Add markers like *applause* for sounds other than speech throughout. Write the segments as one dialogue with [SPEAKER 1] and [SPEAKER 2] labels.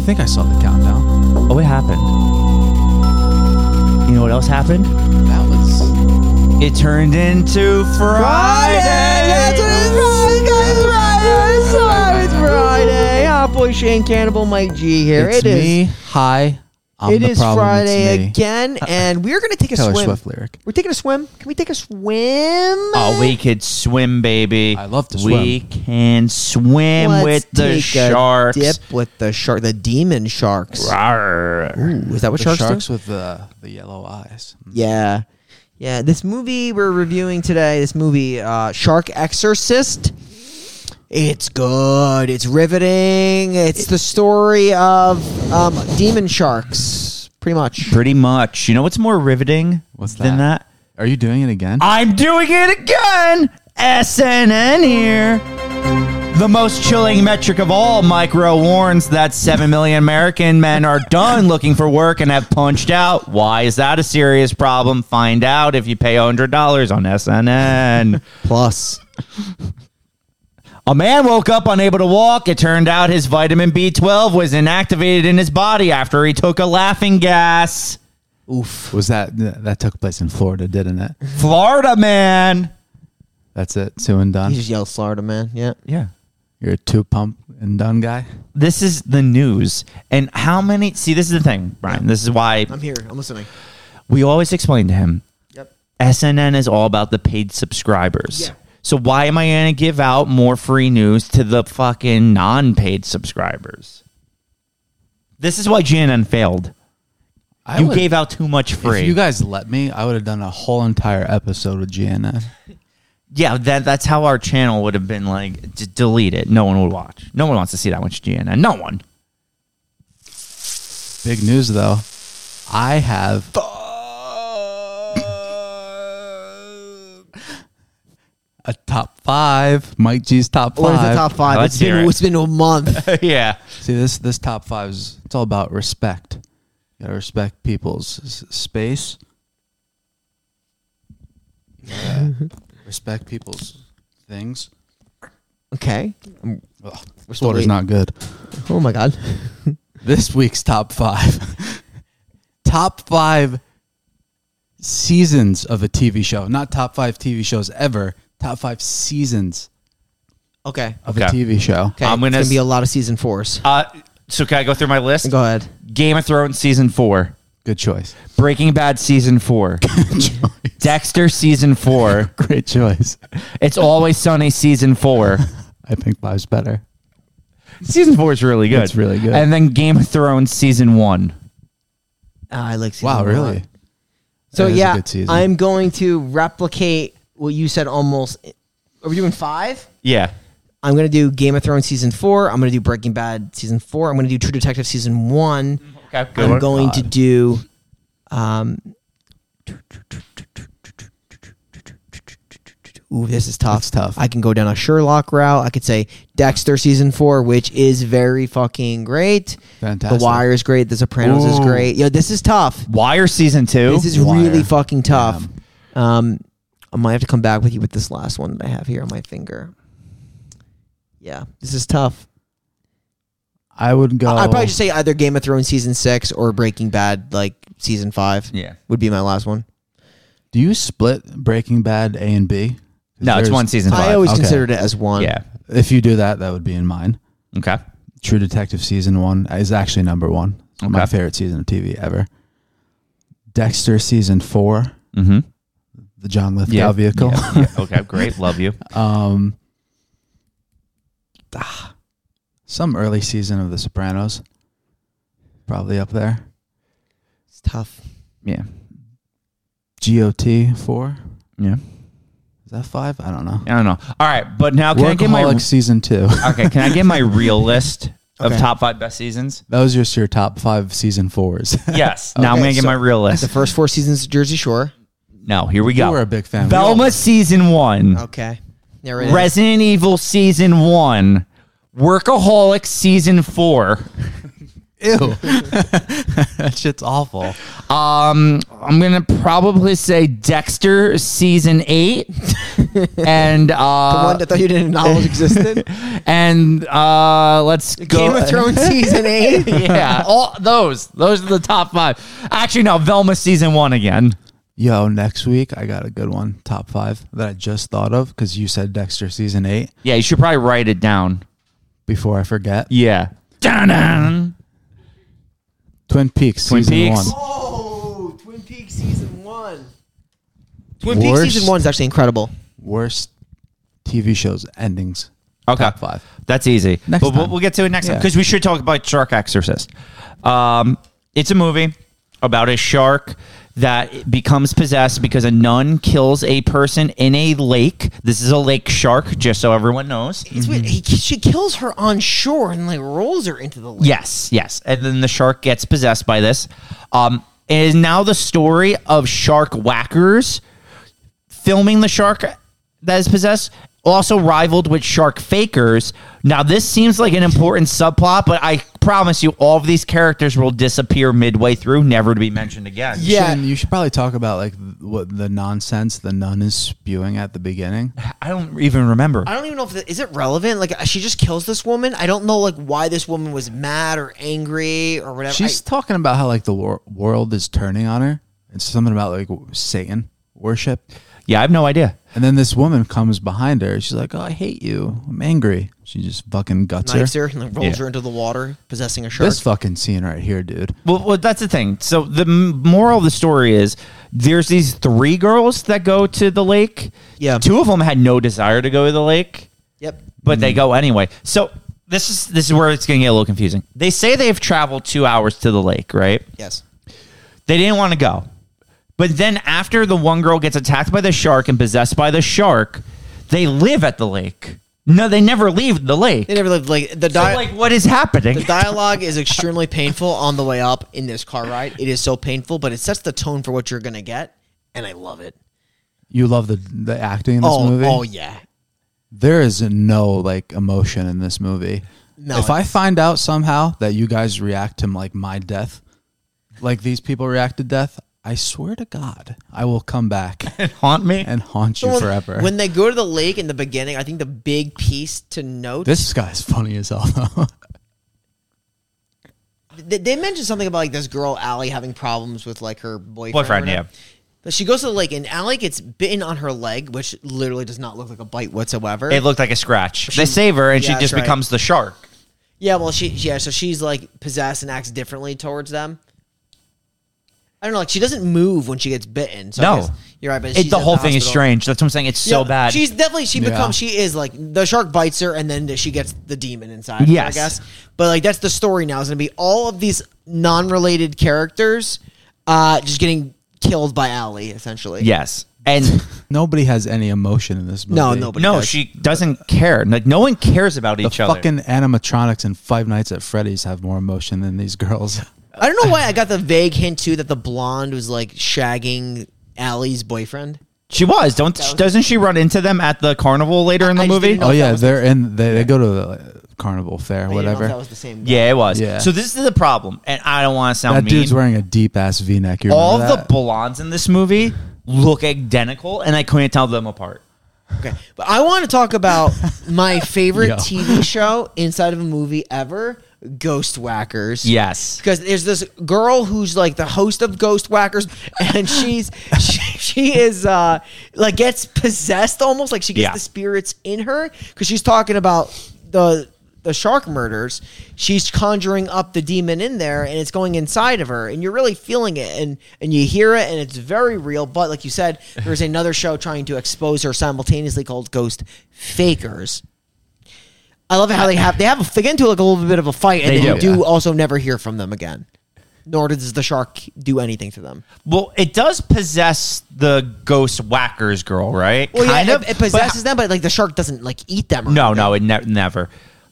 [SPEAKER 1] think I saw the countdown.
[SPEAKER 2] Oh, it happened. You know what else happened?
[SPEAKER 1] That was
[SPEAKER 2] It turned into Friday.
[SPEAKER 3] That's what it's Friday, guys. Friday. It's Friday. It's Friday. Hot boy Shane Cannibal, Mike G here.
[SPEAKER 1] it's
[SPEAKER 3] It is-
[SPEAKER 1] me. Hi, I'm
[SPEAKER 3] It
[SPEAKER 1] the
[SPEAKER 3] is
[SPEAKER 1] problem. It's
[SPEAKER 3] Friday
[SPEAKER 1] me. Uh-uh.
[SPEAKER 3] again, and we're gonna take a
[SPEAKER 1] Taylor
[SPEAKER 3] swim.
[SPEAKER 1] Swift lyric.
[SPEAKER 3] We're taking a swim. Can we take a swim?
[SPEAKER 2] Oh, we could swim, baby.
[SPEAKER 1] I love to
[SPEAKER 2] We can swim
[SPEAKER 3] Let's
[SPEAKER 2] with the
[SPEAKER 3] take
[SPEAKER 2] sharks.
[SPEAKER 3] A dip with the shark, the demon sharks.
[SPEAKER 2] Rawr.
[SPEAKER 3] Ooh, is that what
[SPEAKER 1] The
[SPEAKER 3] sharks,
[SPEAKER 1] sharks,
[SPEAKER 3] do?
[SPEAKER 1] with the the yellow eyes.
[SPEAKER 3] Yeah. Yeah, this movie we're reviewing today, this movie, uh, Shark Exorcist. It's good. It's riveting. It's the story of um, demon sharks, pretty much.
[SPEAKER 2] Pretty much. You know what's more riveting
[SPEAKER 1] What's
[SPEAKER 2] than that?
[SPEAKER 1] Are you doing it
[SPEAKER 3] Ah.
[SPEAKER 1] again?
[SPEAKER 2] I'm doing it again! SNN here. The most chilling metric of all, Micro warns that 7 million American men are done looking for work and have punched out. Why is that a serious problem? Find out if you pay $100 on SNN.
[SPEAKER 3] Plus,
[SPEAKER 2] A man woke up unable to walk. It turned out his vitamin B12 was inactivated in his body after he took a laughing gas.
[SPEAKER 3] oof.
[SPEAKER 1] was that that took place in Florida, didn't it?
[SPEAKER 2] Florida man.
[SPEAKER 1] That's it. Two and
[SPEAKER 3] You
[SPEAKER 1] done.
[SPEAKER 3] just yell Florida, man. Yeah.
[SPEAKER 2] Yeah.
[SPEAKER 1] You're a two pump and done guy.
[SPEAKER 2] This is the news. And how many? See, this is the thing, Brian. This is why
[SPEAKER 3] I'm here. I'm listening.
[SPEAKER 2] we always explain to him
[SPEAKER 3] Yep.
[SPEAKER 2] SNN is all about the paid subscribers.
[SPEAKER 3] Yeah.
[SPEAKER 2] So why am I going to give out more free news to the fucking non-paid subscribers? This is why GNN failed.
[SPEAKER 1] I
[SPEAKER 2] You
[SPEAKER 1] would-
[SPEAKER 2] gave out too much free.
[SPEAKER 1] If you guys let me, I would have done a whole entire episode with GNN.
[SPEAKER 2] yeah, that that's how our channel would have been like d- delete it. No one would watch. No one wants to see that much GNN. No one.
[SPEAKER 1] Big news though. I have a top five. Mike G's top five.
[SPEAKER 3] What is the top five?
[SPEAKER 2] Let's
[SPEAKER 3] it's been
[SPEAKER 2] hear it.
[SPEAKER 3] it's been
[SPEAKER 2] *laughs*
[SPEAKER 3] a
[SPEAKER 2] *laughs*
[SPEAKER 3] month.
[SPEAKER 2] yeah.
[SPEAKER 1] See this this top five is it's all about respect. You gotta respect people's s- space. You
[SPEAKER 3] *laughs*
[SPEAKER 1] gotta respect people's things.
[SPEAKER 3] okay.
[SPEAKER 1] Ugh, this
[SPEAKER 3] still
[SPEAKER 1] water's
[SPEAKER 3] waiting.
[SPEAKER 1] not good.
[SPEAKER 3] Oh my god.
[SPEAKER 1] This week's top five. *laughs* top five seasons of a TV show. Not top five TV shows ever. Top five seasons
[SPEAKER 3] Okay.
[SPEAKER 1] of a
[SPEAKER 2] Okay.
[SPEAKER 1] TV show.
[SPEAKER 3] Okay.
[SPEAKER 2] I'm gonna
[SPEAKER 3] it's
[SPEAKER 2] s-
[SPEAKER 3] gonna be a lot of season fours.
[SPEAKER 2] Uh, so can I go through my list?
[SPEAKER 3] Go ahead.
[SPEAKER 2] Game of Thrones season four,
[SPEAKER 1] Good choice. *laughs*
[SPEAKER 2] Breaking Bad season *laughs* four, Dexter season four,
[SPEAKER 1] Great choice.
[SPEAKER 2] It's Always Sunny season four.
[SPEAKER 1] I think five's better.
[SPEAKER 2] *laughs* season four is really good.
[SPEAKER 1] It's really good.
[SPEAKER 2] And then Game of Thrones season one.
[SPEAKER 3] Ah, I like season
[SPEAKER 1] Wow,
[SPEAKER 3] one a lot.
[SPEAKER 1] really?
[SPEAKER 3] So
[SPEAKER 1] That is a
[SPEAKER 3] yeah,
[SPEAKER 1] good season.
[SPEAKER 3] I'm going to replicate what you said. Almost. Are we doing five?
[SPEAKER 2] Yeah.
[SPEAKER 3] I'm gonna do Game of Thrones season four. I'm gonna do Breaking Bad season four. I'm gonna do True Detective season one.
[SPEAKER 1] Mm-hmm.
[SPEAKER 2] Okay.
[SPEAKER 3] I'm going to do. Um, ooh, this is tough.
[SPEAKER 1] That's tough.
[SPEAKER 3] I can go down a Sherlock route. I could say Dexter season four, which is very fucking great.
[SPEAKER 1] Fantastic.
[SPEAKER 3] The Wire is great. The Sopranos is
[SPEAKER 2] Ooh.
[SPEAKER 3] great. Yo, this is tough.
[SPEAKER 2] Uh, Wire season two.
[SPEAKER 3] This is
[SPEAKER 1] Wire.
[SPEAKER 3] really fucking tough. Um, I might have to come back with you with this last one that I have here on my finger. Yeah, this is tough.
[SPEAKER 1] I would go.
[SPEAKER 3] I- I'd probably just say either Game of Thrones season six or Breaking Bad like season five
[SPEAKER 2] yeah.
[SPEAKER 3] would be my last one.
[SPEAKER 1] Do you split Breaking Bad A and B? 'Cause
[SPEAKER 2] No, it's
[SPEAKER 1] there's-
[SPEAKER 2] one season five.
[SPEAKER 3] I always
[SPEAKER 1] okay.
[SPEAKER 3] considered it as one.
[SPEAKER 2] yeah.
[SPEAKER 1] If you do that, that would be in mine.
[SPEAKER 2] Okay.
[SPEAKER 1] True Detective season one is actually number one. It's My
[SPEAKER 2] Okay.
[SPEAKER 1] favorite season of TV ever. Dexter season four,
[SPEAKER 2] Mm-hmm.
[SPEAKER 1] the John Lithgow vehicle.
[SPEAKER 2] Yeah. Yeah. Okay. Great. Love you.
[SPEAKER 1] Um, ah, some early season of The Sopranos, probably up there.
[SPEAKER 3] It's tough.
[SPEAKER 2] Yeah.
[SPEAKER 1] GOT four
[SPEAKER 2] Yeah.
[SPEAKER 1] is that five? I don't know.
[SPEAKER 2] I don't know. All right, but now can I get my
[SPEAKER 1] Workaholics season two. *laughs*
[SPEAKER 2] okay? Can I get my real list of
[SPEAKER 3] Okay.
[SPEAKER 2] top five best *laughs* seasons?
[SPEAKER 1] Those are just your top five season fours. *laughs*
[SPEAKER 2] Yes. Now I'm
[SPEAKER 3] Okay,
[SPEAKER 2] gonna get
[SPEAKER 3] so-
[SPEAKER 2] my real
[SPEAKER 3] The
[SPEAKER 2] list.
[SPEAKER 3] first four seasons of Jersey Shore.
[SPEAKER 2] No, here we
[SPEAKER 1] You were
[SPEAKER 2] go.
[SPEAKER 1] a big fan.
[SPEAKER 2] Velma season one,
[SPEAKER 3] Okay. Yeah, right.
[SPEAKER 2] Resident Evil season one, Workaholics season four.
[SPEAKER 1] Ew. that shit's awful.
[SPEAKER 2] Um, I'm gonna probably say Dexter season eight, and
[SPEAKER 3] The
[SPEAKER 2] uh,
[SPEAKER 3] one that thought you
[SPEAKER 2] *laughs*
[SPEAKER 3] didn't acknowledge existed.
[SPEAKER 2] and uh, let's go.
[SPEAKER 3] Game of Thrones season
[SPEAKER 2] *laughs*
[SPEAKER 3] eight.
[SPEAKER 2] yeah, all those. Those are the top five. Actually, no, Velma season one again.
[SPEAKER 1] Yo, next week I got a good one, top five that I just thought of because you said Dexter season eight
[SPEAKER 2] Yeah, you should probably write it down.
[SPEAKER 1] before I forget.
[SPEAKER 2] Yeah. Dun-dun.
[SPEAKER 1] Twin Peaks
[SPEAKER 2] Twin
[SPEAKER 1] season
[SPEAKER 2] Peaks.
[SPEAKER 1] one.
[SPEAKER 3] Oh, Twin Peaks season one.
[SPEAKER 1] Twin Peaks Worst. season
[SPEAKER 3] one's actually incredible.
[SPEAKER 1] Worst TV shows endings.
[SPEAKER 2] Okay.
[SPEAKER 1] Top five.
[SPEAKER 2] That's easy.
[SPEAKER 1] Next
[SPEAKER 2] but we'll,
[SPEAKER 1] time.
[SPEAKER 2] we'll get to it next time
[SPEAKER 1] Yeah.
[SPEAKER 2] because we should talk about Shark Exorcist. Um, it's a movie about a shark that becomes possessed because a nun kills a person in a lake. This is a lake shark, just so everyone knows.
[SPEAKER 3] It's weird. He,
[SPEAKER 1] Mm-hmm.
[SPEAKER 3] she kills her on shore and like rolls her into the lake.
[SPEAKER 2] Yes, yes. And then the shark gets possessed by this. Um, it is now the story of shark whackers filming the shark that is possessed, also rivaled with shark fakers. Now, this seems like an important subplot, but I promise you, all of these characters will disappear midway through, never to be mentioned again.
[SPEAKER 3] Yeah.
[SPEAKER 1] Shouldn't- you should probably talk about like th- what the nonsense the nun is spewing at the beginning.
[SPEAKER 2] I don't even remember.
[SPEAKER 3] I don't even know if that, is it relevant. Like uh, she just kills this woman. I don't know like why this woman was mad or angry or whatever.
[SPEAKER 1] She's talking about how like the wor- world is turning on her. It's something about like w- Satan worship.
[SPEAKER 2] Yeah, I have no idea.
[SPEAKER 1] And then this woman comes behind her. She's like, "Oh, I hate you. I'm angry." She just fucking guts
[SPEAKER 3] I, knifes
[SPEAKER 1] her.
[SPEAKER 3] her and like, rolls
[SPEAKER 2] Yeah.
[SPEAKER 3] her into the water, possessing a shark.
[SPEAKER 1] This fucking scene right here, dude.
[SPEAKER 2] Well, well, that's the thing. So the m- moral of the story is there's these three girls that go to the lake.
[SPEAKER 3] Yeah.
[SPEAKER 2] Two of them had no desire to go to the lake,
[SPEAKER 3] yep.
[SPEAKER 2] but
[SPEAKER 3] Mm-hmm.
[SPEAKER 2] they go anyway. So this is this is where it's going to get a little confusing. They say they've traveled 2 hours to the lake, right?
[SPEAKER 3] Yes.
[SPEAKER 2] They didn't want to go. But then after the one girl gets attacked by the shark and possessed by the shark, they live at the lake. No, they never leave the lake.
[SPEAKER 3] They never lived like the
[SPEAKER 2] So,
[SPEAKER 3] di-
[SPEAKER 2] like what is happening?
[SPEAKER 3] The dialogue is extremely painful on the way up in this car ride. It is so painful, but it sets the tone for what you're gonna get, and I love it.
[SPEAKER 1] You love the the acting in this
[SPEAKER 3] oh,
[SPEAKER 1] movie.
[SPEAKER 3] oh yeah.
[SPEAKER 1] There is no like emotion in this movie.
[SPEAKER 3] No.
[SPEAKER 1] if I find out somehow that you guys react to like my death, like these people react to death, I swear to God, I will come
[SPEAKER 3] *laughs*
[SPEAKER 1] back
[SPEAKER 2] Haunt me.
[SPEAKER 1] and haunt you
[SPEAKER 3] when,
[SPEAKER 1] forever.
[SPEAKER 3] when they go to the lake in the beginning, I think the big piece to note
[SPEAKER 1] this guy's funny as hell though. *laughs*
[SPEAKER 3] they, they mentioned something about like this girl Allie having problems with like her boyfriend.
[SPEAKER 2] Boyfriend,
[SPEAKER 3] or whatever.
[SPEAKER 2] yeah.
[SPEAKER 3] But she goes to the lake and Allie gets bitten on her leg, which literally does not look like a bite whatsoever.
[SPEAKER 2] It looked like a scratch. they save her, and
[SPEAKER 3] Yeah,
[SPEAKER 2] she
[SPEAKER 3] that's
[SPEAKER 2] just
[SPEAKER 3] right.
[SPEAKER 2] becomes the shark.
[SPEAKER 3] yeah, well, she yeah, so she's like possessed and acts differently towards them. I don't know, like she doesn't move when she gets bitten. So I
[SPEAKER 2] No.
[SPEAKER 3] guess you're right, but
[SPEAKER 2] It,
[SPEAKER 3] she's
[SPEAKER 2] the
[SPEAKER 3] at
[SPEAKER 2] whole thing is
[SPEAKER 3] hospital.
[SPEAKER 2] strange. That's what I'm saying. It's so
[SPEAKER 3] Yeah,
[SPEAKER 2] bad.
[SPEAKER 3] She's definitely she
[SPEAKER 1] Yeah.
[SPEAKER 3] becomes she is like the shark bites her and then she gets the demon inside. her, I
[SPEAKER 2] Yes.
[SPEAKER 3] guess. But like that's the story now. It's gonna be all of these non-related characters, uh, just getting killed by Allie essentially.
[SPEAKER 2] yes,
[SPEAKER 3] *laughs*
[SPEAKER 2] and
[SPEAKER 1] Nobody has any emotion in this movie.
[SPEAKER 3] No, nobody.
[SPEAKER 2] no,
[SPEAKER 3] does.
[SPEAKER 2] she doesn't care. Like no one cares about
[SPEAKER 1] The
[SPEAKER 2] each other.
[SPEAKER 1] fucking animatronics in Five Nights at Freddy's have more emotion than these girls.
[SPEAKER 3] I don't know why I got the vague hint too that the blonde was like shagging Allie's boyfriend.
[SPEAKER 2] she was. Don't doesn't she run into them at the carnival later in the
[SPEAKER 3] I just
[SPEAKER 2] movie?
[SPEAKER 3] didn't know-
[SPEAKER 1] Oh
[SPEAKER 3] that
[SPEAKER 1] yeah,
[SPEAKER 3] was-
[SPEAKER 1] they're in. They, they go to the uh, carnival fair,
[SPEAKER 3] I didn't know if
[SPEAKER 1] whatever.
[SPEAKER 3] that was the same. guy.
[SPEAKER 2] Yeah, it was.
[SPEAKER 1] Yeah.
[SPEAKER 2] So this is the problem, and I don't want to sound
[SPEAKER 1] that
[SPEAKER 2] mean.
[SPEAKER 1] dude's wearing a deep ass V neck.
[SPEAKER 2] All the blondes in this movie look identical, and I couldn't tell them apart.
[SPEAKER 3] Okay, but I want to
[SPEAKER 2] *laughs*
[SPEAKER 3] talk about my favorite
[SPEAKER 1] Yo.
[SPEAKER 3] TV show inside of a movie ever, Ghost Whackers.
[SPEAKER 2] Yes.
[SPEAKER 3] because there's this girl who's like the host of Ghost Whackers, *laughs* and she's she, she is uh like gets possessed almost like she gets
[SPEAKER 2] Yeah.
[SPEAKER 3] the spirits in her because she's talking about the the shark murders. She's conjuring up the demon in there, and it's going inside of her, and you're really feeling it, and and you hear it, and it's very real. But like you said, there's another show trying to expose her simultaneously called Ghost Fakers. I love how they have they have they get into like a little bit of a fight, and
[SPEAKER 2] They
[SPEAKER 3] then you
[SPEAKER 2] do.
[SPEAKER 3] do
[SPEAKER 1] Yeah.
[SPEAKER 3] also never hear from them again. Nor does the shark do anything to them.
[SPEAKER 2] Well, it does possess the ghost whackers girl, right?
[SPEAKER 3] Well,
[SPEAKER 2] kind
[SPEAKER 3] yeah,
[SPEAKER 2] of.
[SPEAKER 3] it, it
[SPEAKER 2] but-
[SPEAKER 3] possesses them, but like the shark doesn't like eat them. Or
[SPEAKER 2] No,
[SPEAKER 3] anything.
[SPEAKER 2] no, it ne- never.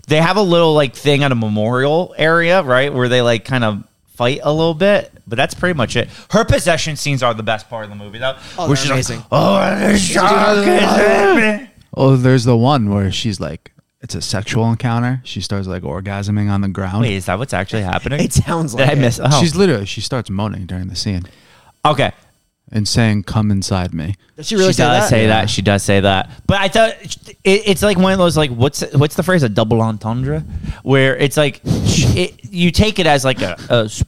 [SPEAKER 2] They have a little like thing on a memorial area, right, where they like kind of fight a little bit, but that's pretty much it. Her possession scenes are the best part of the movie, though.
[SPEAKER 3] Oh,
[SPEAKER 2] where
[SPEAKER 3] they're
[SPEAKER 2] she's *laughs*
[SPEAKER 3] amazing.
[SPEAKER 2] Like, oh, the shark is in me."
[SPEAKER 1] Oh, there's the one where she's like, it's a sexual encounter. She starts like orgasming on the ground.
[SPEAKER 2] Wait, is that what's actually happening?
[SPEAKER 3] It sounds like
[SPEAKER 2] Did I
[SPEAKER 3] it.
[SPEAKER 2] miss? Oh.
[SPEAKER 1] She's literally she starts moaning during the scene.
[SPEAKER 2] okay.
[SPEAKER 1] and saying, "Come inside me."
[SPEAKER 3] Does she really
[SPEAKER 2] she
[SPEAKER 3] say
[SPEAKER 2] does
[SPEAKER 3] that?
[SPEAKER 2] say
[SPEAKER 3] Yeah.
[SPEAKER 2] that. She does say that. But I thought it, it's like one of those like what's what's the phrase a double entendre, where it's like sh- it, you take it as like a, a s-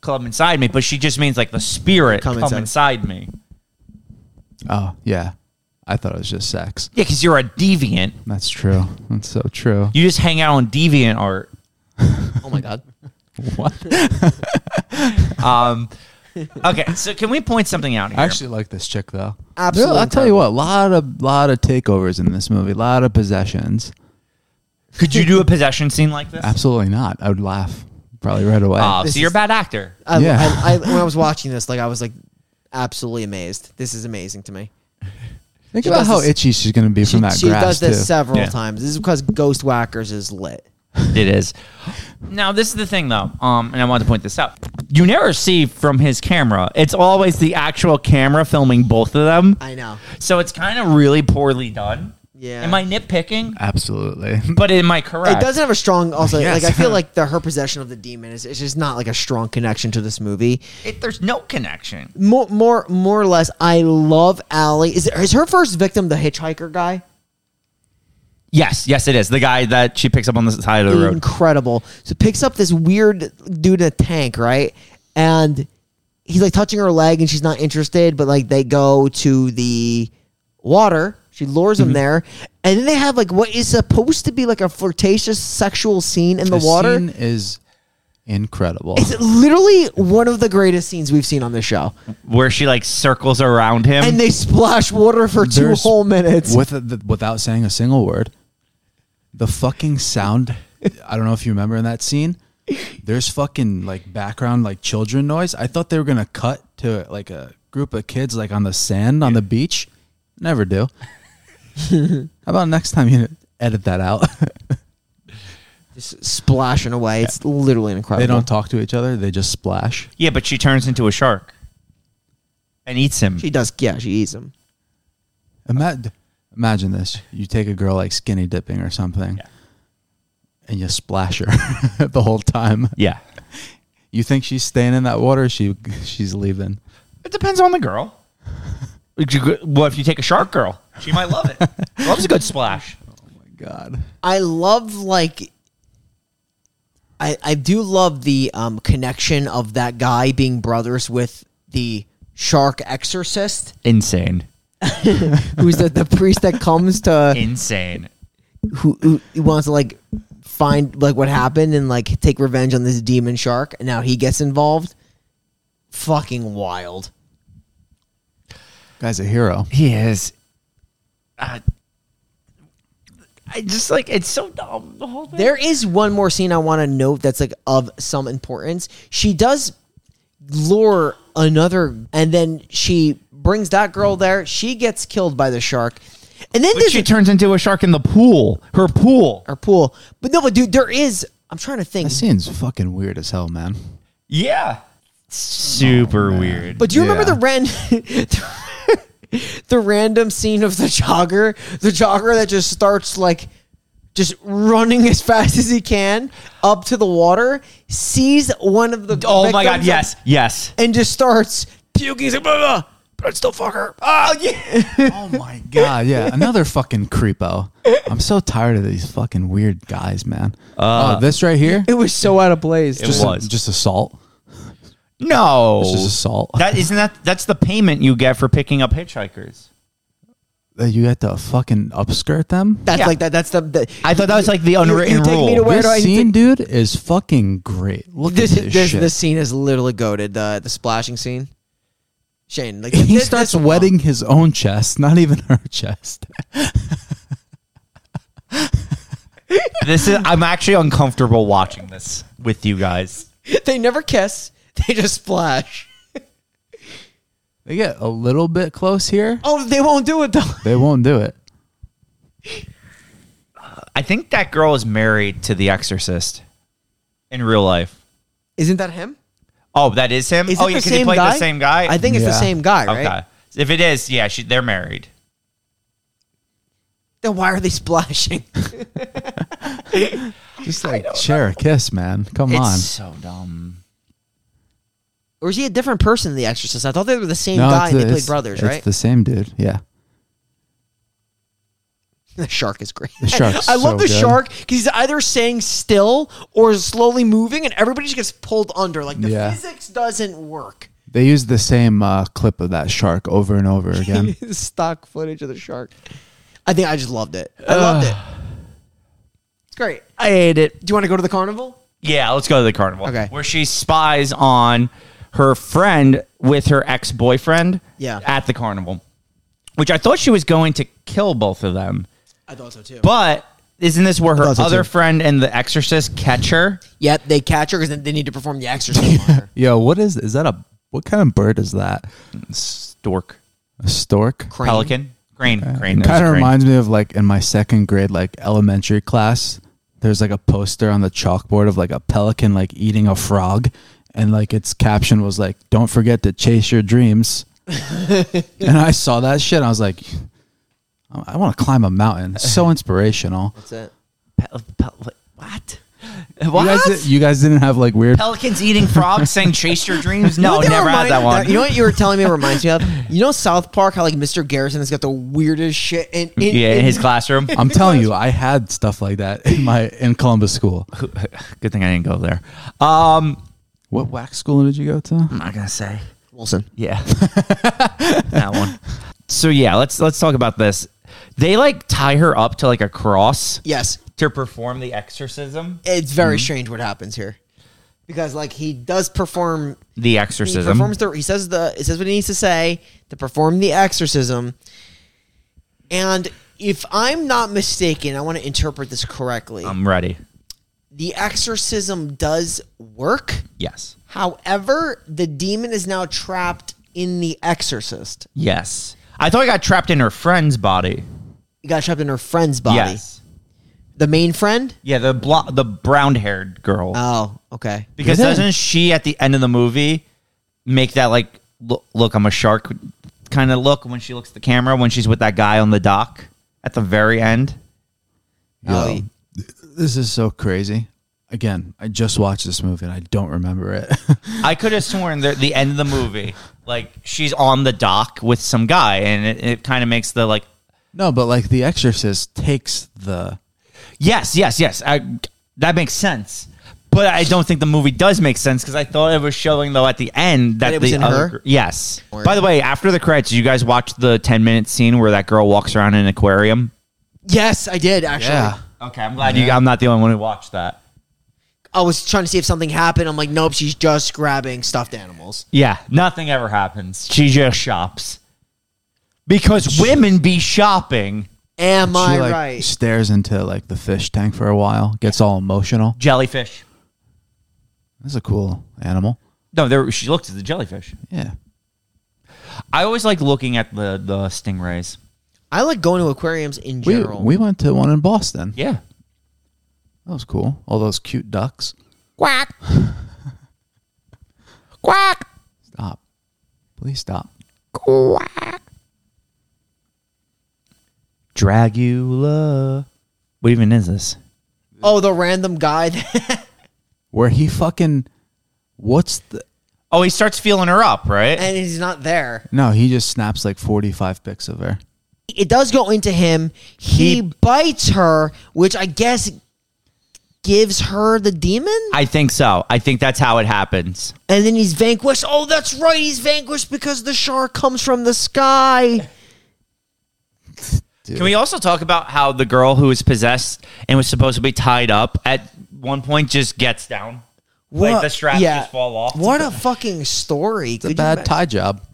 [SPEAKER 2] club inside me, but she just means like the spirit
[SPEAKER 3] Come
[SPEAKER 2] come,
[SPEAKER 3] inside.
[SPEAKER 2] inside. me.
[SPEAKER 1] Oh yeah, I thought it was just sex.
[SPEAKER 2] Yeah, because you're a deviant.
[SPEAKER 1] That's true. That's so
[SPEAKER 2] *laughs*
[SPEAKER 1] true.
[SPEAKER 2] You just hang out on deviant art.
[SPEAKER 3] Oh my god.
[SPEAKER 1] What?
[SPEAKER 3] *laughs*
[SPEAKER 2] Um, okay, so can we point something out here?
[SPEAKER 1] I actually like this chick though.
[SPEAKER 3] Absolutely
[SPEAKER 1] I'll tell you what. Lot of lot of takeovers in this movie. Lot of possessions.
[SPEAKER 2] Could you do a possession scene like this?
[SPEAKER 1] Absolutely not. I would laugh probably right away.
[SPEAKER 2] Uh,
[SPEAKER 3] This
[SPEAKER 2] so you're
[SPEAKER 3] is-
[SPEAKER 2] a bad
[SPEAKER 3] *laughs*
[SPEAKER 2] actor.
[SPEAKER 3] I,
[SPEAKER 1] Yeah.
[SPEAKER 3] I, I, when I was watching this, like I was like absolutely amazed. This is amazing to me.
[SPEAKER 1] Think
[SPEAKER 3] she
[SPEAKER 1] about
[SPEAKER 3] does
[SPEAKER 1] how
[SPEAKER 3] this-
[SPEAKER 1] itchy she's gonna be
[SPEAKER 3] She,
[SPEAKER 1] from that
[SPEAKER 3] she
[SPEAKER 1] grass
[SPEAKER 3] does this
[SPEAKER 1] too.
[SPEAKER 3] several
[SPEAKER 2] Yeah.
[SPEAKER 3] times. This is because Ghost Whackers is lit.
[SPEAKER 2] It is. Now this is the thing though, um, and I wanted to point this out. You never see from his camera. It's always the actual camera filming both of them.
[SPEAKER 3] I know.
[SPEAKER 2] So it's kind of really poorly done.
[SPEAKER 3] Yeah.
[SPEAKER 2] Am I nitpicking?
[SPEAKER 1] *laughs* Absolutely.
[SPEAKER 2] But am I correct?
[SPEAKER 3] It doesn't have a strong. Also,
[SPEAKER 1] Yes.
[SPEAKER 3] like
[SPEAKER 1] *laughs*
[SPEAKER 3] I feel like the her possession of the demon is it's just not like a strong connection to this movie.
[SPEAKER 2] It- there's no connection.
[SPEAKER 3] More, more, more or less. I love Allie. Is is her first victim the hitchhiker guy?
[SPEAKER 2] Yes, yes, it is the guy that she picks up on the side of the road.
[SPEAKER 3] Incredible. So picks up this weird dude in a tank, right? And he's like touching her leg, and she's not interested. But like they go to the water. She lures
[SPEAKER 1] Mm-hmm.
[SPEAKER 3] him there, and then they have like what is supposed to be like a flirtatious sexual scene in the
[SPEAKER 1] The
[SPEAKER 3] water.
[SPEAKER 1] scene is incredible.
[SPEAKER 3] It's literally one of the greatest scenes we've seen on this show.
[SPEAKER 1] Mm-hmm.
[SPEAKER 2] Where she like circles around him.
[SPEAKER 3] And they splash water for two
[SPEAKER 1] There's-
[SPEAKER 3] whole minutes.
[SPEAKER 1] with the, without saying a single word. The fucking sound. I don't know if you remember in that scene. There's fucking like background like children noise. I thought they were gonna cut to like a group of kids like on the sand on the beach. Never
[SPEAKER 3] *laughs*
[SPEAKER 1] do. How about next time you edit that out? *laughs*
[SPEAKER 3] Just splashing away. It's literally incredible.
[SPEAKER 1] they don't talk to each other. They just splash.
[SPEAKER 2] yeah, but she turns into a shark and eats him.
[SPEAKER 3] she does. Yeah, she eats him.
[SPEAKER 1] Imagine, imagine this: you take a girl like skinny dipping or something,
[SPEAKER 2] Yeah.
[SPEAKER 1] and you splash her *laughs* the whole time.
[SPEAKER 2] yeah,
[SPEAKER 1] You think she's staying in that water? Or she she's leaving.
[SPEAKER 2] it depends on the girl. Would you go- Well, *laughs* if you take a shark girl, she might love it. *laughs* Loves a good splash.
[SPEAKER 1] Oh my god.
[SPEAKER 3] I love like I I do love the um connection of that guy being brothers with the shark exorcist *laughs*
[SPEAKER 2] Insane,
[SPEAKER 3] who's the, the priest that comes
[SPEAKER 2] *laughs*
[SPEAKER 3] to
[SPEAKER 2] insane.
[SPEAKER 3] who, who who wants to like find like what happened and like take revenge on this demon shark and now he gets involved fucking wild
[SPEAKER 1] Guy's a hero.
[SPEAKER 2] He is. Uh, I just like it's so dumb. The whole thing.
[SPEAKER 3] There is one more scene I want to note that's like of some importance. She does lure another, and then she brings that girl there. She gets killed by the shark, and then
[SPEAKER 2] But
[SPEAKER 3] there's
[SPEAKER 2] she
[SPEAKER 3] a
[SPEAKER 2] turns into a shark in the pool. Her pool.
[SPEAKER 3] our pool. But no, but dude, there is. I'm trying to think.
[SPEAKER 1] That scene's fucking weird as hell, man.
[SPEAKER 2] Yeah. Oh, Super weird.
[SPEAKER 3] But do you remember
[SPEAKER 1] Yeah.
[SPEAKER 3] the ran *laughs* the random scene of the jogger, the jogger that just starts like just running as fast as he can up to the water, sees one of the
[SPEAKER 2] oh my
[SPEAKER 3] victims
[SPEAKER 2] god,
[SPEAKER 3] of-
[SPEAKER 2] yes, yes.
[SPEAKER 3] and just starts puking. He's like, blah, blah, but I'd still fuck her. Ah!
[SPEAKER 2] Oh yeah.
[SPEAKER 1] Oh my god, yeah. Another fucking creepo. I'm so tired of these fucking weird guys, man. oh, this right here?
[SPEAKER 3] Uh, It was so out of place.
[SPEAKER 1] just,
[SPEAKER 2] was.
[SPEAKER 1] just assault.
[SPEAKER 2] No.
[SPEAKER 3] Oh.
[SPEAKER 1] This is assault.
[SPEAKER 2] That isn't that that's the payment you get for picking up hitchhikers.
[SPEAKER 1] That you had to fucking upskirt them?
[SPEAKER 3] that's
[SPEAKER 2] Yeah.
[SPEAKER 3] like that. That's the. the
[SPEAKER 2] I thought that was like the
[SPEAKER 3] you
[SPEAKER 2] unwritten
[SPEAKER 3] take me
[SPEAKER 2] rule.
[SPEAKER 3] to where- do I
[SPEAKER 1] this
[SPEAKER 3] need
[SPEAKER 1] scene, dude, is fucking great. Look
[SPEAKER 3] this,
[SPEAKER 1] at this,
[SPEAKER 3] this,
[SPEAKER 1] shit.
[SPEAKER 3] this scene is literally goaded. The the splashing scene. Shane, like
[SPEAKER 1] he
[SPEAKER 3] this-
[SPEAKER 1] starts
[SPEAKER 3] this-
[SPEAKER 1] wetting his own chest, not even her *laughs* chest.
[SPEAKER 2] this is I'm actually uncomfortable watching this with you guys.
[SPEAKER 3] *laughs* They never kiss. They just splash.
[SPEAKER 1] They get a little bit close here.
[SPEAKER 3] Oh, they won't do it though.
[SPEAKER 1] They won't do it.
[SPEAKER 2] I think that girl is married to the exorcist in real life.
[SPEAKER 3] *laughs* Isn't that him?
[SPEAKER 2] Oh, that is him?
[SPEAKER 3] Is
[SPEAKER 2] oh,
[SPEAKER 3] it
[SPEAKER 2] yeah,
[SPEAKER 3] the
[SPEAKER 2] 'cause
[SPEAKER 3] same
[SPEAKER 2] he played
[SPEAKER 3] guy?
[SPEAKER 2] the same guy?
[SPEAKER 3] I think it's the
[SPEAKER 1] Yeah.
[SPEAKER 3] same guy, right?
[SPEAKER 2] Okay. If it is, yeah, she, they're married.
[SPEAKER 3] Then why are they *laughs* splashing?
[SPEAKER 1] Just like share a kiss, man. Come on.
[SPEAKER 2] It's so dumb.
[SPEAKER 3] Or is he a different person in The Exorcist? I thought they were the same
[SPEAKER 1] No,
[SPEAKER 3] guy
[SPEAKER 1] it's
[SPEAKER 3] and
[SPEAKER 1] the-
[SPEAKER 3] they played
[SPEAKER 1] it's-
[SPEAKER 3] brothers,
[SPEAKER 1] it's
[SPEAKER 3] right?
[SPEAKER 1] the same dude. Yeah.
[SPEAKER 3] *laughs* The shark is great.
[SPEAKER 1] The shark's
[SPEAKER 3] I love
[SPEAKER 1] so
[SPEAKER 3] the
[SPEAKER 1] good.
[SPEAKER 3] shark because he's either staying still or slowly moving, and everybody just gets pulled under. Like the
[SPEAKER 1] Yeah.
[SPEAKER 3] physics doesn't work.
[SPEAKER 1] They used the same uh, clip of that shark over and over
[SPEAKER 3] *laughs*
[SPEAKER 1] again.
[SPEAKER 3] Stock footage of the shark. I think I just loved it. I loved it. It's great.
[SPEAKER 2] I hate it.
[SPEAKER 3] Do you want to go to the carnival?
[SPEAKER 2] Yeah, let's go to the carnival.
[SPEAKER 3] Okay.
[SPEAKER 2] Where she spies on her friend with her ex boyfriend
[SPEAKER 3] Yeah.
[SPEAKER 2] at the carnival, which I thought she was going to kill both of them.
[SPEAKER 3] I thought so too.
[SPEAKER 2] But isn't this where her
[SPEAKER 3] thought so,
[SPEAKER 2] other
[SPEAKER 3] too.
[SPEAKER 2] friend and the exorcist catch her?
[SPEAKER 3] yep, they catch her because they need to perform the exorcism. on
[SPEAKER 1] *laughs*
[SPEAKER 3] her.
[SPEAKER 1] Yo, what is is that a what kind of bird is that?
[SPEAKER 2] Stork.
[SPEAKER 1] A stork?
[SPEAKER 3] Crane.
[SPEAKER 2] Pelican? Crane. Crane.
[SPEAKER 1] Kind of reminds me of like in my second grade, like elementary class. There's like a poster on the chalkboard of like a pelican like eating a frog, and like its caption was like, "Don't forget to chase your *laughs* dreams." and I saw that shit, and I was like, "I want to climb a mountain." It's *laughs* so inspirational.
[SPEAKER 3] That's it.
[SPEAKER 2] Pel- pel- what? What?
[SPEAKER 1] You guys, di- you guys didn't have like weird.
[SPEAKER 2] Pelicans eating frogs saying chase your
[SPEAKER 3] *laughs*
[SPEAKER 2] dreams?
[SPEAKER 3] You know
[SPEAKER 2] No,
[SPEAKER 3] what
[SPEAKER 2] never had
[SPEAKER 3] remind-
[SPEAKER 2] that one.
[SPEAKER 3] You know what you were telling me? It reminds
[SPEAKER 1] *laughs*
[SPEAKER 3] me of you know South Park. How like Mr. Garrison has got the weirdest shit in, in,
[SPEAKER 2] yeah, in his classroom.
[SPEAKER 3] *laughs*
[SPEAKER 1] I'm telling you, I had stuff like that in my in Columbus school.
[SPEAKER 2] Good thing I didn't go there. Um,
[SPEAKER 1] What wax school did you go to?
[SPEAKER 2] I'm not gonna say.
[SPEAKER 3] Wilson.
[SPEAKER 2] Yeah. *laughs* that one. So yeah, let's let's talk about this. They like tie her up to like a cross
[SPEAKER 3] Yes,
[SPEAKER 2] to perform the exorcism.
[SPEAKER 3] it's very strange what happens here because like he does perform
[SPEAKER 2] The
[SPEAKER 3] he
[SPEAKER 2] exorcism.
[SPEAKER 3] performs the he says the he says what he needs to say to perform the exorcism and if i'm not mistaken i want to interpret this correctly
[SPEAKER 2] I'm ready.
[SPEAKER 3] the exorcism does work
[SPEAKER 2] Yes.
[SPEAKER 3] however the demon is now trapped in the exorcist
[SPEAKER 2] Yes. I thought I got trapped in her friend's body.
[SPEAKER 3] he got trapped in her friend's body
[SPEAKER 2] Yes.
[SPEAKER 3] the main friend
[SPEAKER 2] Yeah, the blo- the brown haired girl.
[SPEAKER 3] oh okay
[SPEAKER 2] because
[SPEAKER 1] Did it?
[SPEAKER 2] doesn't she at the end of the movie make that like look, look I'm a shark kind of look when she looks at the camera when she's with that guy on the dock at the very end?
[SPEAKER 3] Oh,
[SPEAKER 1] Yo, this is so crazy. Again, I just watched this movie and I don't remember it. *laughs*
[SPEAKER 2] I could have sworn that the end of the movie, like she's on the dock with some guy, and it, it kind of makes the like,
[SPEAKER 1] No, but like The Exorcist takes the
[SPEAKER 2] yes, yes, yes, I, that makes sense. But I don't think the movie does make sense because I thought it was showing though at the end that
[SPEAKER 3] That it was
[SPEAKER 2] the
[SPEAKER 3] in
[SPEAKER 2] other
[SPEAKER 3] her?
[SPEAKER 2] gr- yes.
[SPEAKER 3] Or-
[SPEAKER 2] By the way, after the credits, did you guys watch the ten minute scene where that girl walks around in an aquarium?
[SPEAKER 3] yes i did actually
[SPEAKER 2] Okay, I'm glad you. I'm not the only one who watched that.
[SPEAKER 3] i was trying to see if something happened i'm like nope she's just grabbing stuffed animals
[SPEAKER 2] Yeah, nothing ever happens. She just shops because women be shopping.
[SPEAKER 3] am
[SPEAKER 1] she
[SPEAKER 3] i
[SPEAKER 1] like
[SPEAKER 3] right
[SPEAKER 1] stares into like the fish tank for a while, gets all emotional.
[SPEAKER 2] Jellyfish.
[SPEAKER 1] That's a cool animal.
[SPEAKER 2] No, there. She looked at the jellyfish.
[SPEAKER 1] Yeah.
[SPEAKER 2] I always like looking at the the stingrays.
[SPEAKER 3] I like going to aquariums in
[SPEAKER 1] We,
[SPEAKER 3] general.
[SPEAKER 1] we went to one in Boston.
[SPEAKER 2] Yeah.
[SPEAKER 1] That was cool. All those cute ducks.
[SPEAKER 2] Quack. *laughs* Quack.
[SPEAKER 1] Stop. Please stop.
[SPEAKER 2] Quack. Dragula. What even is this?
[SPEAKER 3] oh, the random guy. *laughs* that-
[SPEAKER 1] Where he fucking what's the
[SPEAKER 2] Oh, he starts feeling her up, right?
[SPEAKER 3] and he's not there.
[SPEAKER 1] No, he just snaps like 45 pics of her.
[SPEAKER 3] It does go into him. He,
[SPEAKER 2] He-
[SPEAKER 3] bites her, which I guess gives her the demon.
[SPEAKER 2] I think so. I think that's how it happens.
[SPEAKER 3] And then he's vanquished. Oh, that's right. He's vanquished because the shark comes from the sky.
[SPEAKER 2] Can we also talk about how the girl who was possessed and was supposed to be tied up at one point just gets down? Like the straps just fall off.
[SPEAKER 3] What a fucking story.
[SPEAKER 1] It's a bad tie job.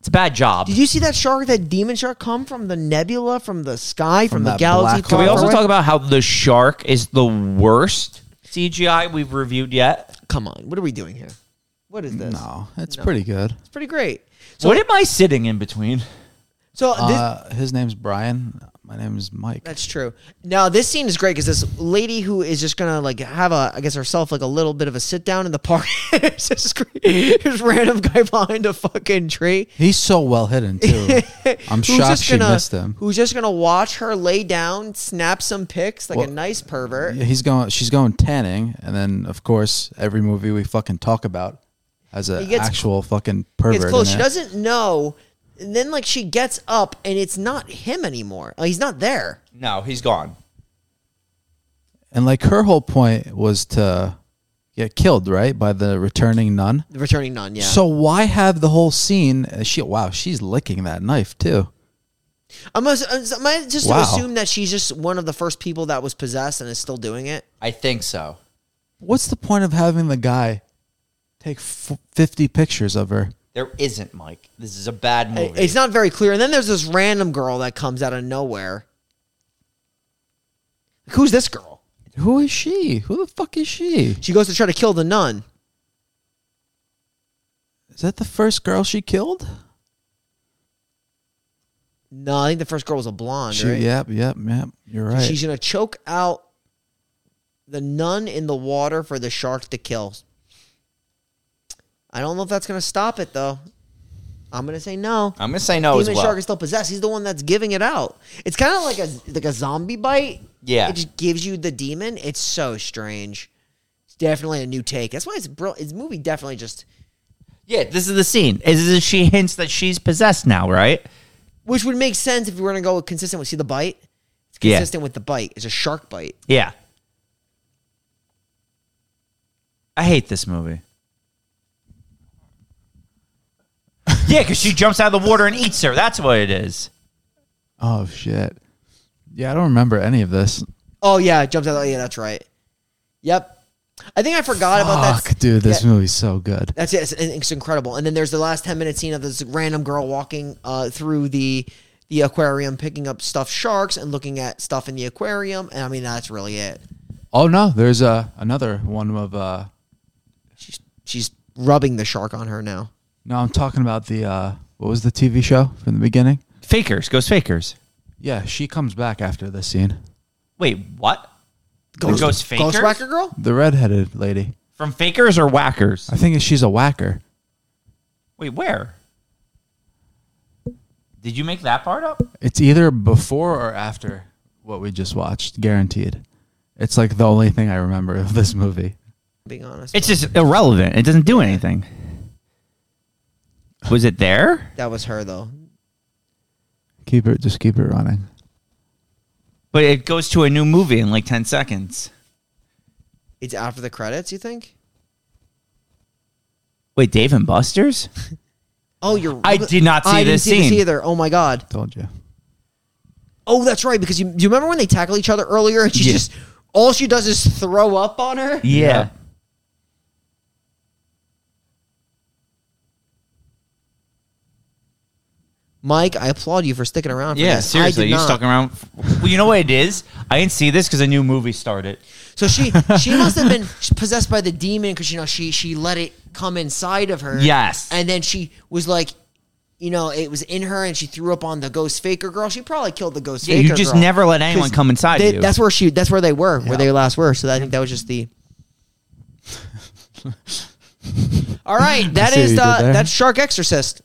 [SPEAKER 2] It's a bad job.
[SPEAKER 3] Did you see that shark, that demon shark, come from the nebula, from the sky, from, the
[SPEAKER 1] that
[SPEAKER 3] galaxy?
[SPEAKER 1] black
[SPEAKER 3] far,
[SPEAKER 2] Can we
[SPEAKER 3] far
[SPEAKER 2] also
[SPEAKER 3] away?
[SPEAKER 2] talk about how the shark is the worst CGI we've reviewed yet?
[SPEAKER 3] Come on, what are we doing here? What is this?
[SPEAKER 1] No, it's pretty good.
[SPEAKER 3] It's pretty great. So,
[SPEAKER 2] what am I sitting in between?
[SPEAKER 3] so this,
[SPEAKER 1] Uh, his name's Brian. My name is Mike.
[SPEAKER 3] That's true. Now this scene is great because this lady who is just gonna like have a, I guess herself like a little bit of a sit down in the park. *laughs* it's just great. There's random guy behind a fucking tree.
[SPEAKER 1] He's so well hidden
[SPEAKER 3] *laughs*
[SPEAKER 1] too. I'm shocked
[SPEAKER 3] Who's just
[SPEAKER 1] she
[SPEAKER 3] gonna,
[SPEAKER 1] missed him.
[SPEAKER 3] Who's just gonna watch her lay down, snap some pics like
[SPEAKER 1] Well,
[SPEAKER 3] a nice pervert?
[SPEAKER 1] Yeah, he's going. She's going tanning, and then of course every movie we fucking talk about as an
[SPEAKER 3] He gets-
[SPEAKER 1] actual fucking pervert.
[SPEAKER 3] It's close.
[SPEAKER 1] in
[SPEAKER 3] She
[SPEAKER 1] it.
[SPEAKER 3] doesn't know. And then like she gets up and it's not him anymore. Like, he's not there.
[SPEAKER 2] No, he's gone.
[SPEAKER 1] And like her whole point was to get killed, right, by the returning nun.
[SPEAKER 3] The returning nun. Yeah.
[SPEAKER 1] So why have the whole scene? uh, She wow, she's licking that knife too.
[SPEAKER 3] I'm gonna- am I just
[SPEAKER 1] Wow.
[SPEAKER 3] to assume that she's just one of the first people that was possessed and is still doing it?
[SPEAKER 2] I think so.
[SPEAKER 1] What's the point of having the guy take f- fifty pictures of her?
[SPEAKER 2] There isn't, Mike. This is a bad movie.
[SPEAKER 3] It's not very clear. And then there's this random girl that comes out of nowhere. Like, who's this girl?
[SPEAKER 1] Who is she? Who the fuck is she?
[SPEAKER 3] She goes to try to kill the nun.
[SPEAKER 1] Is that the first girl she killed?
[SPEAKER 3] No, I think the first girl was a blonde,
[SPEAKER 1] She,
[SPEAKER 3] right?
[SPEAKER 1] Yep, yep, yep. You're right.
[SPEAKER 3] She's gonna choke out the nun in the water for the shark to kill. I don't know if that's gonna stop it though. I'm gonna say no.
[SPEAKER 2] I'm gonna say no as
[SPEAKER 3] Demon
[SPEAKER 2] well.
[SPEAKER 3] shark is still possessed. He's the one that's giving it out. It's kind of like a like a zombie bite.
[SPEAKER 2] Yeah.
[SPEAKER 3] it just gives you the demon. It's so strange. It's definitely a new take. That's why it's brilliant. It's movie definitely just
[SPEAKER 2] yeah, this is the scene. Is, is she hints that she's possessed now, right?
[SPEAKER 3] which would make sense if you were gonna go consistent with see the bite. It's
[SPEAKER 2] Yeah.
[SPEAKER 3] consistent with the bite. It's a shark bite.
[SPEAKER 2] Yeah. I hate this movie. yeah, because she jumps out of the water and eats her. That's what it is.
[SPEAKER 1] oh shit. Yeah, I don't remember any of this.
[SPEAKER 3] Oh yeah, it jumps out. Oh yeah, that's right. Yep. I think I forgot about
[SPEAKER 1] Fuck,
[SPEAKER 3] that.
[SPEAKER 1] dude, this
[SPEAKER 3] Yeah,
[SPEAKER 1] movie's so good.
[SPEAKER 3] that's it. It's, it's incredible. And then there's the last ten minute scene of this random girl walking uh, through the the aquarium, picking up stuffed sharks and looking at stuff in the aquarium. And I mean, that's really it.
[SPEAKER 1] Oh no, there's uh, another one of uh,
[SPEAKER 3] She's she's rubbing the shark on her now.
[SPEAKER 1] No, I'm talking about the uh, what was the TV show from the beginning?
[SPEAKER 2] Fakers goes fakers.
[SPEAKER 1] Yeah, she comes back after this scene.
[SPEAKER 2] Wait, what? Ghost, ghost fakers
[SPEAKER 3] Ghost whacker girl.
[SPEAKER 1] The redheaded lady.
[SPEAKER 2] from fakers or whackers?
[SPEAKER 1] I think she's a whacker.
[SPEAKER 2] Wait, where? Did you make that part up?
[SPEAKER 1] It's either before or after what we just watched, guaranteed. It's like the only thing I remember of this movie.
[SPEAKER 3] Being honest,
[SPEAKER 2] It's just irrelevant. It doesn't do anything. Was it there?
[SPEAKER 3] that was her though.
[SPEAKER 1] Keep it, just keep it running.
[SPEAKER 2] But it goes to a new movie in like 10 seconds.
[SPEAKER 3] It's after the credits. You think?
[SPEAKER 2] Wait, Dave and Buster's?
[SPEAKER 3] Oh, you're.
[SPEAKER 2] I did not see
[SPEAKER 3] I didn't
[SPEAKER 2] this
[SPEAKER 3] see
[SPEAKER 2] scene.
[SPEAKER 3] either. Oh my god.
[SPEAKER 1] Told you.
[SPEAKER 3] Oh, that's right. Because you do you remember when they tackle each other earlier and she
[SPEAKER 2] Yeah.
[SPEAKER 3] just all she does is throw up on her.
[SPEAKER 2] Yeah.
[SPEAKER 3] Mike, I applaud you for sticking around. For
[SPEAKER 2] Yeah,
[SPEAKER 3] this. I
[SPEAKER 2] seriously,
[SPEAKER 3] did
[SPEAKER 2] you
[SPEAKER 3] not.
[SPEAKER 2] stuck around. Well, you know what it is? I didn't see this because a new movie started.
[SPEAKER 3] So
[SPEAKER 2] *laughs*
[SPEAKER 3] she she must have been possessed by the demon because you know she she let it come inside of her.
[SPEAKER 2] Yes.
[SPEAKER 3] and then she was like. You know, it was in her, and she threw up on the ghost faker girl. She probably killed the ghost
[SPEAKER 2] Yeah,
[SPEAKER 3] faker.
[SPEAKER 2] you just
[SPEAKER 3] girl.
[SPEAKER 2] never let anyone
[SPEAKER 3] 'Cause
[SPEAKER 2] come inside
[SPEAKER 3] they-
[SPEAKER 2] you.
[SPEAKER 3] That's where she. That's where they were, where they last were. So I think that was
[SPEAKER 2] *laughs*
[SPEAKER 3] just the. All right, that
[SPEAKER 1] see what
[SPEAKER 3] is
[SPEAKER 1] you did
[SPEAKER 3] uh,
[SPEAKER 1] there.
[SPEAKER 3] that's Shark Exorcist.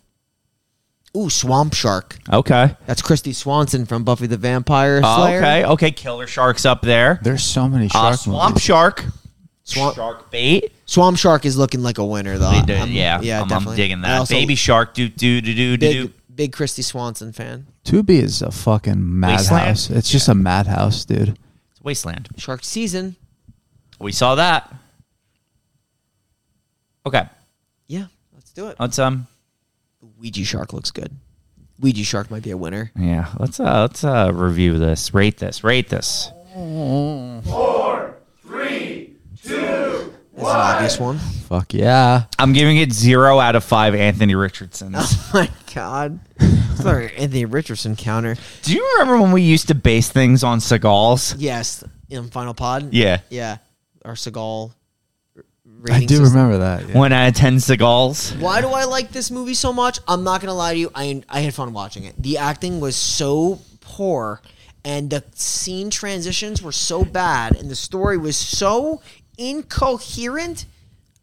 [SPEAKER 3] Ooh, Swamp Shark.
[SPEAKER 2] Okay.
[SPEAKER 3] That's Christy Swanson from Buffy the Vampire
[SPEAKER 2] Oh,
[SPEAKER 3] Slayer.
[SPEAKER 2] Okay. Okay. Killer sharks up there.
[SPEAKER 1] There's so many
[SPEAKER 2] Uh,
[SPEAKER 1] shark
[SPEAKER 2] swamp
[SPEAKER 1] movies.
[SPEAKER 2] shark.
[SPEAKER 3] Swamp-
[SPEAKER 2] shark bait.
[SPEAKER 3] Swamp Shark is looking like a winner though.
[SPEAKER 2] They do-
[SPEAKER 3] I'm-
[SPEAKER 2] yeah.
[SPEAKER 3] yeah,
[SPEAKER 2] I'm, I'm
[SPEAKER 3] definitely.
[SPEAKER 2] digging
[SPEAKER 3] And
[SPEAKER 2] that.
[SPEAKER 3] also,
[SPEAKER 2] Baby shark. Do do do do do.
[SPEAKER 3] big
[SPEAKER 2] do.
[SPEAKER 3] big Christy Swanson fan.
[SPEAKER 1] Tubi is a fucking
[SPEAKER 2] Wasteland?
[SPEAKER 1] madhouse. It's just a madhouse, dude.
[SPEAKER 2] It's wasteland.
[SPEAKER 3] Shark season.
[SPEAKER 2] We saw that. Okay.
[SPEAKER 3] Yeah, let's do it.
[SPEAKER 2] Let's um.
[SPEAKER 3] Ouija Shark looks good. Ouija Shark might be a winner.
[SPEAKER 2] Yeah. Let's uh. Let's uh. Review this. Rate this. Rate this.
[SPEAKER 3] That's an obvious one. *laughs*
[SPEAKER 1] Fuck yeah.
[SPEAKER 2] I'm giving it zero out of five. Anthony Richardson's. *laughs*
[SPEAKER 3] Oh my god. It's like Anthony Richardson counter.
[SPEAKER 2] Do you remember when we used to base things on Seagal's?
[SPEAKER 3] Yes, in Final Pod.
[SPEAKER 2] Yeah.
[SPEAKER 3] Yeah. Our Seagal r-
[SPEAKER 1] I
[SPEAKER 3] rating
[SPEAKER 1] do
[SPEAKER 3] system.
[SPEAKER 1] remember that. yeah.
[SPEAKER 2] One out of ten Seagal's.
[SPEAKER 3] Why do I like this movie so much? I'm not gonna lie to you. I I had fun watching it. The acting was so poor, and the scene transitions were so bad, and the story was so incoherent.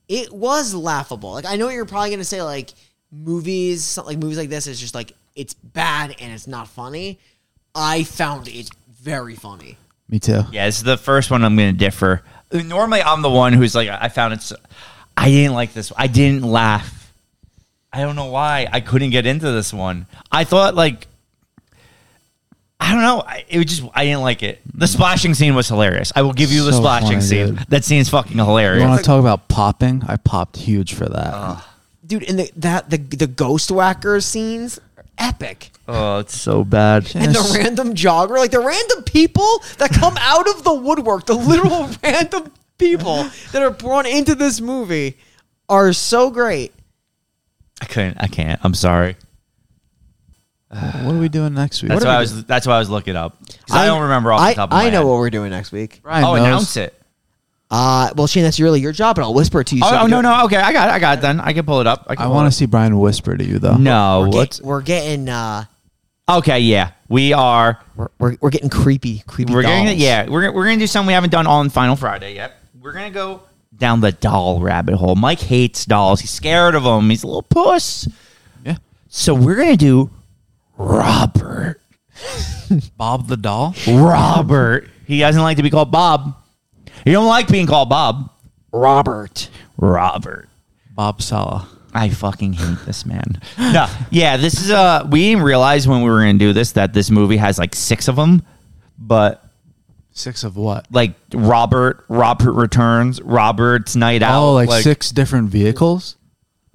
[SPEAKER 3] It was laughable. Like I know you're probably gonna say like movies some- like movies like this is just like it's bad and it's not funny. I found it very funny.
[SPEAKER 1] Me too.
[SPEAKER 2] Yeah, this is the first one I'm going to differ. Normally, I'm the one who's like, I found it's. I didn't like this. I didn't laugh. I don't know why. I couldn't get into this one. I thought like I don't know. I, it was just I didn't like it. The splashing scene was hilarious. I will give you the
[SPEAKER 1] So
[SPEAKER 2] splashing
[SPEAKER 1] funny,
[SPEAKER 2] scene.
[SPEAKER 1] dude.
[SPEAKER 2] That scene's fucking
[SPEAKER 1] You
[SPEAKER 2] hilarious.
[SPEAKER 1] want to talk about popping? I popped huge for that.
[SPEAKER 2] Oh.
[SPEAKER 3] dude. And the, that the the ghost whacker scenes are epic.
[SPEAKER 2] oh, it's so bad. *laughs*
[SPEAKER 3] And the
[SPEAKER 1] Yes.
[SPEAKER 3] random jogger, like the random people that come out of the woodwork,
[SPEAKER 2] *laughs*
[SPEAKER 3] the literal random people that are brought into this movie are so great.
[SPEAKER 2] I couldn't. I can't. I'm sorry.
[SPEAKER 1] what are we doing next week?
[SPEAKER 2] That's
[SPEAKER 1] What
[SPEAKER 2] why
[SPEAKER 1] are
[SPEAKER 2] I
[SPEAKER 1] we
[SPEAKER 2] was. That's why I was looking up. 'Cause I, don't remember off
[SPEAKER 3] I,
[SPEAKER 2] the top of my
[SPEAKER 3] I know
[SPEAKER 2] head.
[SPEAKER 3] what we're doing next week.
[SPEAKER 1] doing? Ryan
[SPEAKER 2] oh,
[SPEAKER 1] knows.
[SPEAKER 2] announce it.
[SPEAKER 3] Uh, well, Shane, that's really your job, and I'll whisper it to you. so you
[SPEAKER 2] Oh, oh
[SPEAKER 3] can
[SPEAKER 2] no,
[SPEAKER 3] do it.
[SPEAKER 2] no. Okay, I got. It, I got it. Then I can pull it up.
[SPEAKER 1] I want to see Brian whisper to you though.
[SPEAKER 2] No.
[SPEAKER 3] We're,
[SPEAKER 2] What?
[SPEAKER 3] get, we're getting uh,
[SPEAKER 2] Okay. Yeah. We are.
[SPEAKER 3] we're, we're, we're getting creepy, creepy.
[SPEAKER 2] We're gonna.
[SPEAKER 3] dolls.
[SPEAKER 2] Yeah. We're we're gonna do something we haven't done on Final Friday yet. We're gonna go down the doll rabbit hole. Mike hates dolls. He's scared of them. He's a little puss.
[SPEAKER 1] Yeah.
[SPEAKER 2] So we're gonna do Robert.
[SPEAKER 1] *laughs* Bob the doll.
[SPEAKER 2] Robert. He doesn't like to be called Bob. He don't like being called Bob.
[SPEAKER 3] Robert.
[SPEAKER 2] Robert.
[SPEAKER 1] Bob Sala.
[SPEAKER 2] I fucking hate this
[SPEAKER 1] *laughs*
[SPEAKER 2] man. No, yeah, this is uh we didn't realize when we were gonna do this that this movie has like six of them, but
[SPEAKER 1] Six of what?
[SPEAKER 2] like Robert, Robert returns, Robert's night out,
[SPEAKER 1] Oh, like, six different vehicles.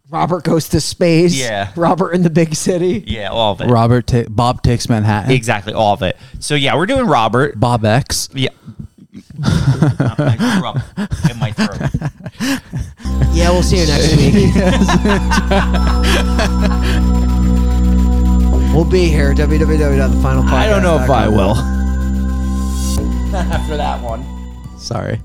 [SPEAKER 3] Robert goes to space.
[SPEAKER 2] Yeah.
[SPEAKER 3] Robert in the big city.
[SPEAKER 2] yeah, all of it,
[SPEAKER 1] Robert ta- Bob takes Manhattan.
[SPEAKER 2] exactly, all of it. So yeah, we're doing Robert.
[SPEAKER 1] Bob X.
[SPEAKER 2] *laughs* Yeah, I threw up in my throat.
[SPEAKER 3] Yeah, we'll see you next week. *laughs* we'll be
[SPEAKER 2] *laughs*
[SPEAKER 3] here. www.thefinalpodcast.com.
[SPEAKER 2] I don't know if I will. After that one.
[SPEAKER 1] Sorry.